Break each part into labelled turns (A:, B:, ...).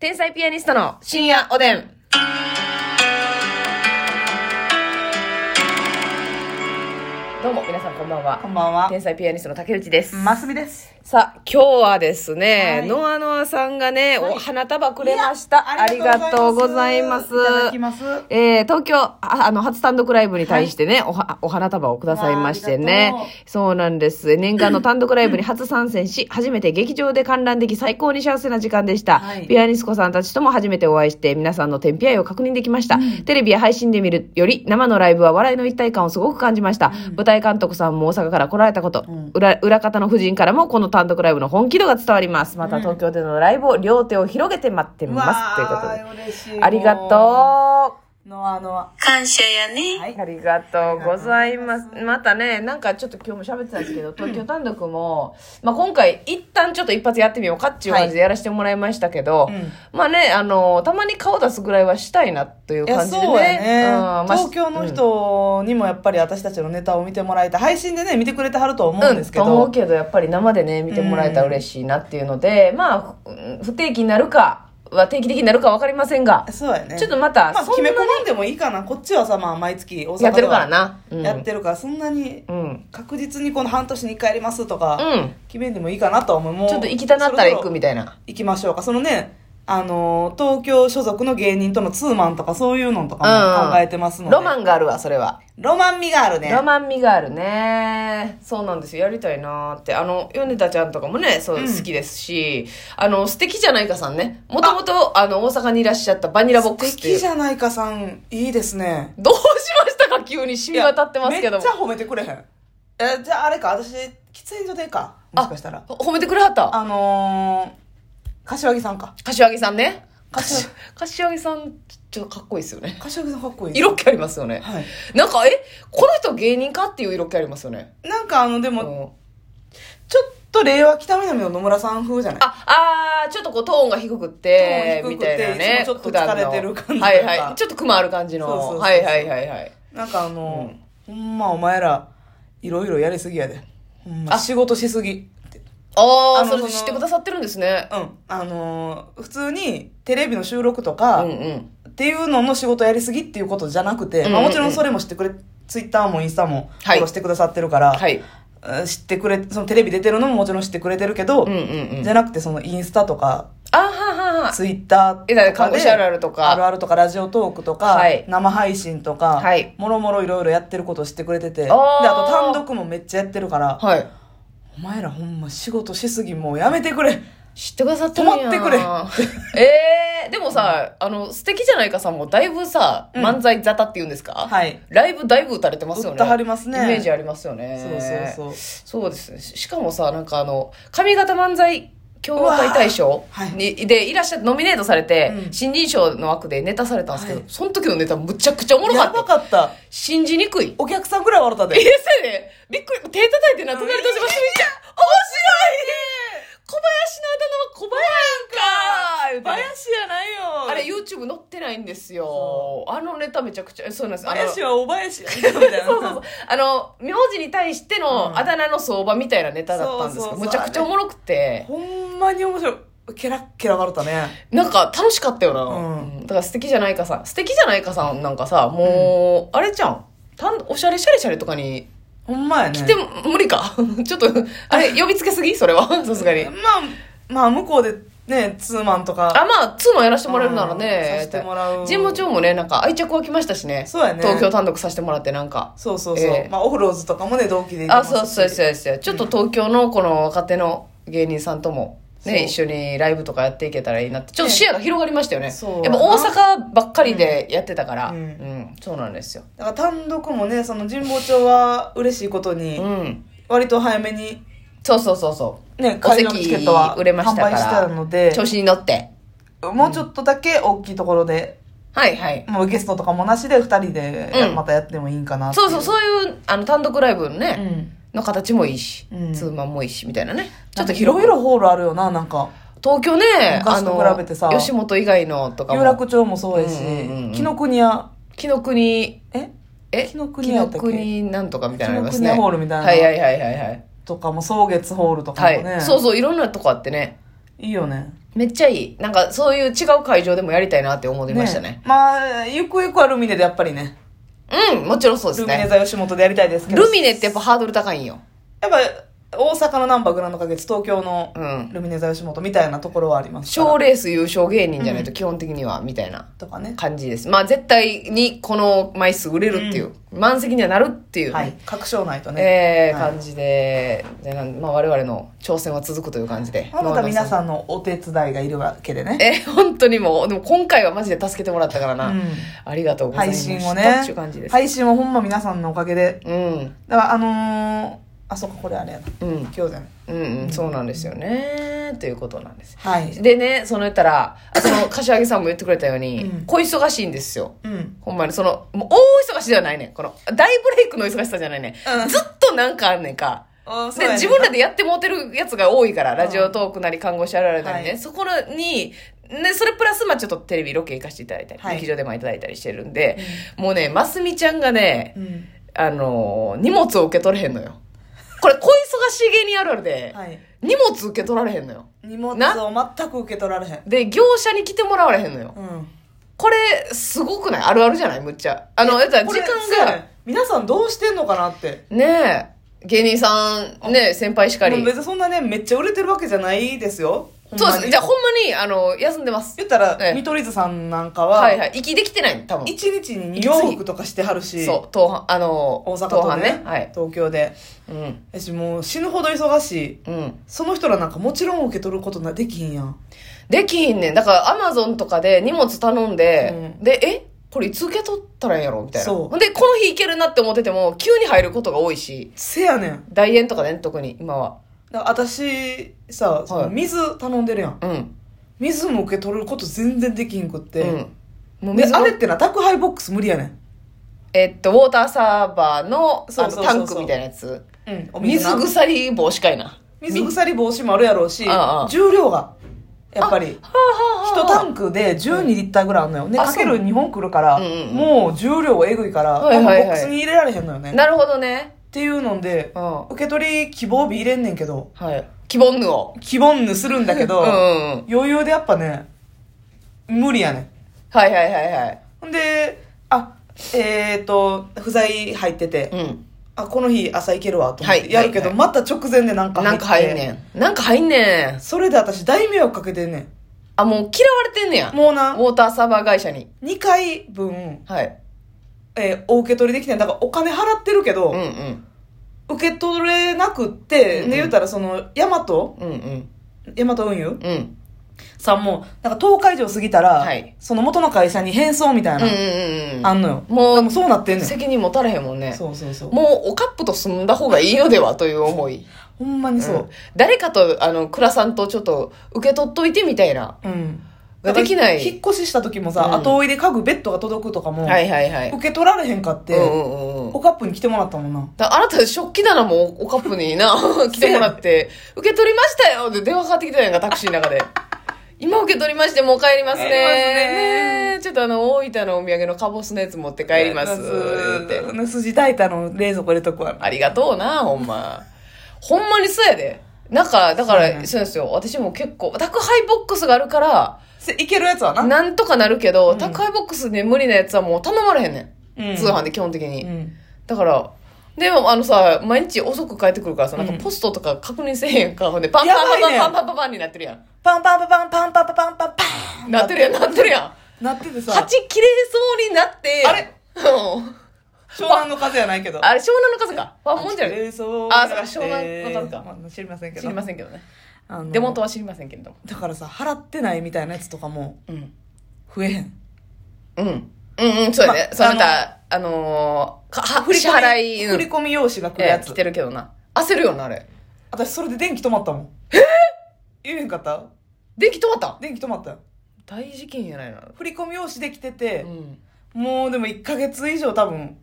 A: 天才ピアニストの深夜おでん。どうも、皆さんこんばんは
B: こ。んばんは。
A: 天才ピアニストの竹内です。
B: ますみです。
A: さあ、今日はですね、
B: はい
A: ノアノアさんがね、
B: はい
A: お花束くれました。ありがとうございます。
B: いただきます。は
A: えー東京ああの初単独ライブに対してね、おはお花束をくださいましてね
B: あーありがと
A: そうなんです念願の単独ライブに初参戦し 初めて劇場で観覧でき最高に幸せな時間でした、
B: はい
A: ピアニスコさんたちとも初めてお会いして皆さんの天ピ愛を確認できました、テレビや配信で見るより生のライブは笑いの一体感をすごく感じました、舞台監督さんも大阪から来られたこと、裏裏方の夫人からもこの単独ライブの本気度が伝わりますまた東京でのライブを両手を広げて待ってます、ということで
B: 嬉しい。
A: ありがとう
B: う。のあのあ。
C: 感謝やね。
B: はい。
A: ありがとうございます。またね、なんかちょっと今日も喋ってたんですけど、東京単独も、まあ今回一旦ちょっと一発やってみようかっていう感じでやらせてもらいましたけど、
B: うん
A: まあね、あの、たまに顔出すぐらいはしたいなという
B: いや
A: 感じでね。
B: そうやね、
A: うんまあ
B: 東京の人にもやっぱり私たちのネタを見てもらいたい配信でね見てくれてはると思うんですけど、
A: と思うけどやっぱり生でね見てもらえたら嬉しいなっていうので、まあうん不定期になるかは定期的になるか分かりませんが、
B: そうやね
A: ちょっとまた
B: まあ、
A: そんな
B: 決め
A: に
B: 込まんでもいいかなこっちはさ、まあ、毎月大阪では
A: やってるからなうん
B: やってるからそんなに
A: うん
B: 確実にこの半年に1回やりますと
A: う
B: か、
A: ん
B: 決めんでもいいかなとは思うもう
A: ちょっと行きたなったら行くみたいな。
B: 行きましょうか。そのね、あのー、東京所属の芸人とのツーマンとかそういうのとか
A: うん
B: も考えてますので。
A: ロマ
B: ン。
A: ンがあるわそれは。
B: ロマン味があるね。
A: ロマン味があるねそうなんですよやりたいなーってあの米田ちゃんとかもねそう
B: うん
A: 好きですし、あの素敵じゃないかさんねもともとあの大阪にいらっしゃったバニラボックス
B: 素
A: ってい
B: 敵
A: う
B: じゃないかさん、いいですね。
A: どうしましたか急に染み渡ってますけど
B: い
A: も
B: やめっちゃ褒めてくれへん。え、じゃああれか、私、喫煙所でか。もしかしたら。
A: ほ褒めてくれはった
B: あのー、柏木さんか。
A: 柏木さんね
B: 柏
A: 柏木さんちょっとかっこいいですよね
B: 柏木さんかっこいい。
A: 色気ありますよね
B: はい。
A: なんかえこの人芸人かっていう色気ありますよね
B: なんかあの、で
A: う
B: も、
A: ん
B: ちょっと令和北南の野村さん風じゃない
A: あ、あーちょっとこうトーンが低くって、
B: トーン低
A: み
B: く
A: た
B: て
A: いなね。
B: いつもちょっと
A: 普段の
B: 疲れてる感じとか
A: はいはい。ちょっとクマある感じの。
B: そうそうそうそう
A: はいはいはいはい。
B: なんかあの、ほんまお前ら、いろいろやりすぎやで。ほんま仕事しすぎ。
A: あ
B: あ
A: あ、
B: の
A: それ
B: その
A: 知ってくださってるんですね。
B: うん。あのー普通にテレビの収録と
A: う
B: か、
A: んうん。
B: っていうのの仕事やりすぎっていうことじゃなくて、
A: うんうんうん
B: まあ、もちろんそれも知ってくれ、ツイッターもインスタもフ
A: はい
B: ォローしてくださってるから、
A: はい。
B: うん知ってくれ、そのテレビ出てるのももちろん知ってくれてるけど、
A: うんうんう
B: じ
A: ん。
B: ゃなくてそのインスタとか、
A: あははは。
B: ツイッター
A: え
B: と
A: だ
B: か
A: から看
B: で、
A: 護師あるあるとか
B: あるあるとか、ラジオトークとか、
A: はい
B: 生配信とか、
A: はい
B: もろもろいろいろやってることを知ってくれてて、で、
A: あー
B: あと単独もめっちゃやってるから、
A: はい。
B: お前らほんま仕事しすぎもうやめてくれ。
A: 知ってくださってるんや
B: 止まってくれ
A: えー、でもさ、あの、素敵じゃないかさんもだいぶさ、
B: うん
A: 漫才沙汰って言うんですか
B: はい。
A: ライブだいぶ打たれてますよね。
B: 打ってはりますね
A: イメージありますよね。
B: そうそうそう。
A: そうですね。ししかもさ、なんかあの、上方漫才協和会大賞
B: うわー
A: に、で、いらっしゃって、ノミネートされて、
B: うん
A: 新人賞の枠でネタされたんですけど、
B: はい
A: その時のネタむちゃくちゃおもろか
B: や
A: った
B: ば。かった。
A: 信じにくい。
B: お客さんぐらい笑った
A: え、そ
B: で。
A: やね。びっくり。手叩いてな、隣とします。みーちゃん、面白い小林の頭は小林やんか言うて
B: 林やないよ
A: あれ YouTube 載ってないんですよ。あのネタめちゃくちゃ、そうなんです。あの
B: 林はお林やみたい な。
A: そうそうそう。あの、名字に対して
B: う
A: の
B: ん
A: あだ名の相場みたいなネタだったんですけ
B: そう
A: ど、
B: そうそう
A: むちゃくちゃおもろくて、
B: ほんまに面白い。ケラッケラ笑ったね。
A: なんか楽しかったよな。
B: うん
A: うんだから素敵じゃないかさん、素敵じゃないかさんなんかさ、もう、あれじゃん。たんおしゃれしゃれしゃれとかに
B: ほんまやね。
A: 来ても無理か。 ちょっと、あれ、呼びつけすぎそれ は。さすがに。
B: まあ、まあ、向こうでね、ツーマンと
A: あ、
B: か。
A: まあ、ツーマンやらせてもらえるならね。
B: うんさせてもらう
A: 神保町もね、なんか愛着湧きましたしね。
B: そうやね
A: 東京単独させてもらってなんか。
B: そうそう
A: え
B: そ
A: え
B: う。まあ、オフローズとかもね、同期で行き
A: あ、
B: ますし
A: そうそうそうそう。ちょっと東京のこの若手の芸人さんとも、
B: そう
A: ね、一緒にライブとかやっていけたらいいなって。ちょっと視野が広がりましたよね。
B: そう
A: やっぱ大阪ばっかりでやってたから。う、
B: うんん
A: そうなんですよ。
B: だから単独もね、その神保町は嬉しいことに
A: う、ん。
B: 割と早めに、
A: そうそうそうそう。
B: ね、
A: お
B: 会のチケ
A: 席
B: ットは
A: 売れました
B: 販
A: から。
B: 売してたので、
A: 調子に乗って。
B: もうちょっとだけ大きいところで、
A: はいはい。
B: もうゲストとかもなしで二人で
A: うん
B: またやってもいいんかなってい
A: そうそう、そういう、あの、単独ライブの
B: う
A: ね、
B: ん。
A: の形もいいし、
B: うん
A: ツーマンもいいし、みたいなね。ち
B: ち
A: ょ
B: ょ
A: っと
B: っと
A: 広
B: 広
A: 々。
B: 々ホールあるよな、なんか。
A: 東京ね、あ
B: 昔と
A: の、
B: 比べてさ
A: 吉本以外のとか
B: 有
A: も、
B: 楽町もそうやし
A: うんうんうん、
B: 紀ノ国屋、
A: 紀の国、
B: え
A: え
B: 紀ノ国屋やったっけ
A: 紀ノ国なんとかみたいなのあります
B: 紀
A: ね。
B: ノ国屋ホールみたいな
A: はいはいはいはいはい。
B: とかも、草月ホールとか
A: は
B: も
A: い、
B: ね。
A: そうそう、いろんなとこあってね。
B: いいよね。
A: めっちゃいい。なんかそういう違う会場でもやりたいなって思いましたね。
B: まあ、ゆくゆくはルミネでやっぱりね、
A: うん、もちろんそうで
B: ル
A: す
B: ミネ
A: ね。
B: 座吉本でやりたいですけど。
A: ルミネってやっぱハードル高いんよ。
B: やっぱ、大阪のナンバーグランド花月、東京の
A: うん
B: ルミネ座吉本みたいなところはありますから。
A: 賞レース優勝芸人じゃないと基本的には、みたいな
B: とかね。
A: 感じです。まあ絶対にこの枚数売れるっていう、満席にはなるっていうね、
B: はい。確証ないと
A: え
B: ね。
A: え
B: はい
A: 感じで、でなんまあ、我々の挑戦は続くという感じで。
B: まあまた皆
A: ん。
B: さんのお手伝いがいるわけでね。
A: えー本当にもう、でも今回はマジで助けてもらったからな。
B: うん
A: ありがとうござい
B: 配
A: ます。
B: 信をね
A: っていう感じで。す。
B: 配信はほんま皆さんのおかげで。
A: うん。
B: だから、あのー、あ、そっか、これあれやな。
A: うん。
B: 今日じゃない。
A: うんうん、そうなんですよね。ということなんです。
B: はい。
A: でね、その言ったら、あその、柏木さんも言ってくれたように、
B: うん
A: 小忙しいんですよ。
B: うん。
A: ほんまに、その、もう大忙しではないねん。この、大ブレイクの忙しさじゃないね、
B: うん
A: ん。ずっとなんかあんねんか。
B: あそう
A: で、
B: やね
A: 自分らでやってもうてるやつが多いから、ラジオトークなり看護師あるあるなりね、
B: はい
A: そこに、ね、それプラス、まあちょっとテレビロケ行かせていただいたり、
B: はい
A: 劇場でもいただいたりしてるんで、もうね、ますみちゃんがね
B: う、ん。
A: あのー荷物を受け取れへんのよ。これ、小忙しい芸人あるあるで、
B: はい。
A: 荷物受け取られへんのよ。
B: 荷物を全く受け取られへん。
A: で、業者に来てもらわれへんのよ。
B: うん。
A: これ、すごくないあるあるじゃないむっちゃ。あの、やったら
B: こ
A: 時
B: れ
A: 間
B: そうや
A: が、
B: ね皆さんどうしてんのかなって。
A: ねえ、芸人さん、ねえ、先輩しか
B: も
A: り
B: う。別にそんなね、めっちゃ売れてるわけじゃないですよ。
A: そうです。じゃあ、
B: あ
A: ほんまに、あの、休んでます。
B: 言ったら、
A: ええ
B: 見取り図さんなんかは、
A: はいはい。息できてない、多分。
B: 一日に2往復とかしてはるし、
A: そう、当半、あの、
B: 大阪
A: 当
B: と
A: 半
B: ね
A: ね。はい。
B: 東京で。
A: うん。
B: 私もう死ぬほど忙しい。
A: うん。
B: その人らなんかもちろん受け取ることなできひんやん。
A: できひんねん。だから、アマゾンとかで荷物頼んで、
B: う
A: で、えこれいつ受け取ったらええんやろみたいな。
B: そう
A: ほんで、この日行けるなって思ってても、急に入ることが多いし、
B: せやねん。
A: 大円とかね、特に、今は。
B: だから私さ、その水頼んでるやん。
A: うん。
B: 水も受け取ること全然できひんくっ
A: う
B: て。
A: ん。もう
B: で、
A: 水の
B: あれってな、宅配ボックス無理やね
A: えっと、ウォーターサーバーのあ
B: そう
A: の
B: そうそうそう
A: タンクみたいなやつ。
B: ん。うん、お水
A: 水
B: な
A: 鎖防止かいな。
B: 水鎖防止もあるやろうし
A: ああ
B: 重量がやっぱり
A: はあ
B: 1タンクで12リッターぐらいあるのよね
A: あ
B: かける
A: そう
B: 2本くるから、
A: うんうんうん
B: もう重量えぐいから、
A: はいはいはい
B: あのボックスに入れられへんのよねっ
A: なるほどね。
B: ていうので
A: うん。は
B: 受け取り希望日入れんねんけど
A: い。希望ぬを。
B: 希望ぬするんだけ
A: う
B: ど、
A: んうんうん。
B: 余裕でやっぱね無理やねん
A: はいはいはいはい。
B: ほんであえっ、と不在入ってて、
A: うん。
B: あこの日朝行けるわと思っ
A: は
B: て
A: い
B: やるけど、
A: はい
B: また直前でなんか
A: なんか入ん
B: ん
A: ねん。なんか入んねん。
B: それで私大迷惑かけてんね
A: あ、もう嫌われてんねや。
B: ん
A: ウ
B: もうな
A: ォーターサーバー会社に。
B: 2回分、
A: はい。
B: えーお受け取りできないだからお金払ってるけど、
A: うんうん。
B: 受け取れなくって、
A: うんうん
B: で言うたらそのヤマト
A: うんうん。
B: ヤマト運輸
A: うん。うん
B: さんもなんか10日以上過ぎたら、
A: はい
B: その元の会社に返送みたい
A: うんうん
B: な、
A: うん。
B: あんのよ
A: もう
B: でもそうなってんねん
A: 責任持たれへんもんね。
B: そうそうそう
A: もう、おカップと住んだ方がいいのではという思い。
B: ほんまにそ
A: ん
B: う、
A: 誰かと、あの、倉さんとちょっと受け取っといてみたいな。
B: うん
A: ができない
B: 引っ越しした時もさ、
A: うん
B: 後追いで家具ベッドが届くとかも、
A: はいはいはい。
B: 受け取られへんかって、
A: うんうんうんうん
B: おカップに来てもらったもんな
A: だあなた食器棚もおカップに な、来てもらって、受け取りましたよって電話かかってきてないか、タクシーの中で。今受け取りまして、もう帰りますね。
B: 帰りますね
A: ねえちょっとあの、大分のお土産のカボスのやつ持って帰ります。って。
B: うん筋炊いたの冷蔵庫入れとくわ
A: ありがとうな、ほんま。ほんまにそうやで。なんか、だか
B: そうや
A: ら、
B: ね
A: そうですよ。私も結構、宅配ボックスがあるから、
B: せいけるやつはな
A: なんとかなるけど、
B: ん
A: 宅配ボックスで無理なやつはもう頼まれへんねん。
B: うん
A: 通販で基本的に。
B: うん
A: だから、でもあのさ、毎日遅く帰ってくるからさ、なんか
B: うん
A: ポストとか確認せえへんか、ほんで、パンパン
B: や
A: パン
B: ばいね
A: パンパンパンパンパンになってるやん。
B: パンパンパンパンパンパンパンパンパン
A: なってるやん、なってるやん。
B: なっててさ
A: 鉢切れそうになって、
B: あれ
A: うん
B: 湘南の風やないけど
A: あれ、湘南の数か。ファンモンじゃない
B: えーそう
A: あそうか湘南の数か
B: まあ知りませんけど
A: 知りませんけどね。
B: あの
A: デモントは知りませんけれども。
B: だからさ払ってないみたいなやつとかも
A: うん。
B: 増えへん
A: うん。うんうん、そうやね。
B: ま
A: そうあなた、あのー、かは支払い、う
B: 振
A: ん
B: り込み用紙が来る
A: え
B: や
A: ー
B: つ
A: 来てるけどな。焦るよな、あれ。
B: 私それで電気止まったもんえ言えへんかった
A: 電気止まった
B: 電気止まったよ
A: 大事件やないな。
B: 振り込み用紙できてて
A: うん。
B: もうでも1ヶ月以上多分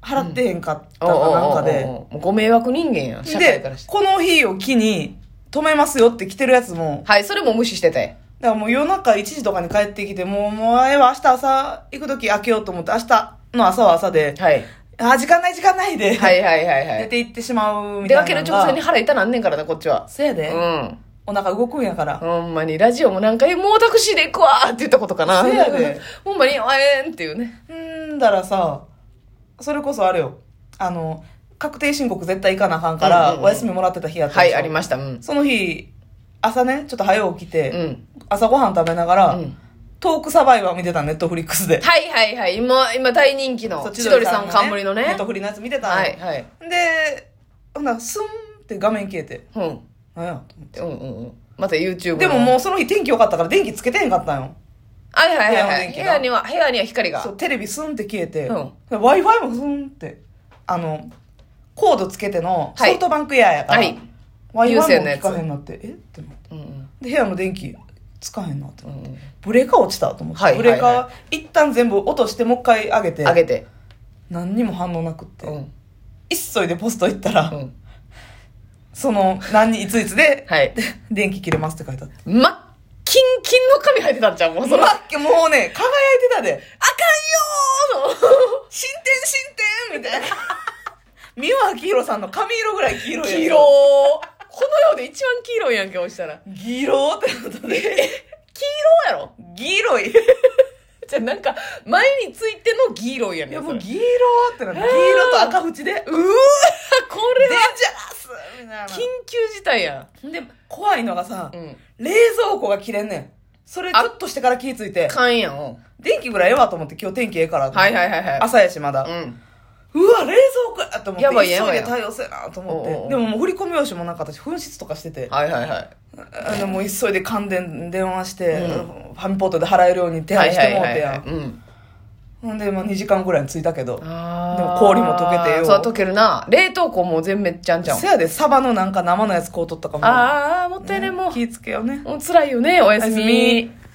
B: 払ってへんかったかなんか
A: おうおう
B: で
A: おうおうもうご迷惑人間やん、社会か
B: で
A: らして。
B: この日を機に止めますよって来てるやつも
A: はい、それも無視してて。
B: だからもう夜中1時とかに帰ってきて、もう、もう、あれは明日朝行く時開けようと思って、明日の朝は朝で、
A: はい。
B: あ、時間ない時間ないで、
A: はいはいはいは
B: 出
A: い。
B: て行ってしまうみ
A: 出
B: たい
A: か
B: な。
A: ける直前に。腹痛なんねんからな、こっちは。
B: せや
A: う
B: で、
A: ん。
B: お腹動くんやから。
A: ほんまに、ラジオもなんか、え、もうタクシーで行くわーって言ったことかな。
B: せやで
A: ほんまに、あえーんっていうね。
B: うんだらさ、それこそあれよ。あの、確定申告絶対行かなあかんから、
A: うんうんうん
B: お休みもらってた日やった
A: は
B: でし
A: い、
B: ょ
A: ありました。うん。
B: その日、朝ね、ちょっと早起きて、
A: うん。
B: 朝ごはん食べながら、
A: うん
B: トークサバイバー見てた、ネットフリックスで。
A: はいはいはい。今、今大人気
B: そ
A: の
B: う、
A: 千鳥さん冠の
B: ネ
A: ね
B: ット。フリのやつ見てたの
A: はいはい。
B: で、ほな、スンって画面消えて、
A: うん。
B: なんやと思っ
A: うんうんうん。また YouTube の
B: て。でももうその日天気良かったから電気つけてへんかったんよ。
A: はいはいはいはい。
B: 部
A: 部
B: 屋
A: 屋
B: の
A: には、部屋には光が。
B: そう、テレビスンって消えて、
A: うん
B: で Wi-Fi もスンって、あの、コードつけての
A: はい
B: ソフトバンクエアやから、
A: はい
B: Wi-Fi
A: 有
B: も
A: 線のや
B: 聞
A: つ
B: かへんなって、えってなっ
A: う
B: て
A: んうん
B: で、部屋の電気つかへんなって
A: う
B: なって。
A: んうん
B: ブレーカー落ちたと思って、
A: はい
B: ブレーカ
A: はい
B: ー一旦全部落としてもう一回上げて、
A: 上げて。
B: 何にも反応なくって、
A: うん。
B: 急いでポスト行ったら、
A: うん。
B: その、何に、いついつで、
A: はい。
B: 電気切れますって書いてあった。
A: ま、キンキンの髪生えてたんじゃん、もうその。あかんよ
B: もうね、輝いてたで、
A: ーの
B: 進展進展みたいな。 美輪明宏さんの髪色ぐらい黄色いやん
A: 黄色ー。この世で一番黄色いやんけ、押したら。
B: 黄色 ってこと
A: 黄
B: で。
A: 色やろ
B: 黄色い。
A: じゃあなんか、前についての黄色いやねん。
B: いやも
A: そうれ
B: 黄色ってなって、黄色と赤縁で、デンジ
A: うーわ、 これは
B: ャラスみたいな。
A: 緊急事態や
B: で、怖いのがさ
A: ん。、うん。
B: 冷蔵庫が切れんねん。それちょっとしてから気ぃついて、
A: かんやん。は
B: 電気ぐらいええわと思って今日天気ええからって。
A: いはいはいはい。
B: 朝やしまだ。
A: うん。
B: うわ、冷蔵庫やと思って、
A: やばい
B: 急
A: や
B: い
A: ばい
B: で対応せなと思
A: おうおう
B: っ
A: お
B: て。
A: う
B: でももう振り込み用紙もなかったし、紛失とかしてて。
A: はいはいはい。
B: あのもう急いで関電電話して、
A: う
B: ファミポートで払えるように手配してもうてやん。
A: うん。
B: ほんで、まあ2時間ぐらいに着いたけど。
A: あ
B: でも氷も溶けてよ
A: そう、溶けるな。冷凍庫もう全滅ちゃんちゃん
B: せ。やで、サバのなんか生のやつこう取ったかも。
A: あー、もったいね、
B: うん
A: も
B: 気ぃつけようね。
A: う。もう辛いよね、おやす
B: おやす
A: み
B: み。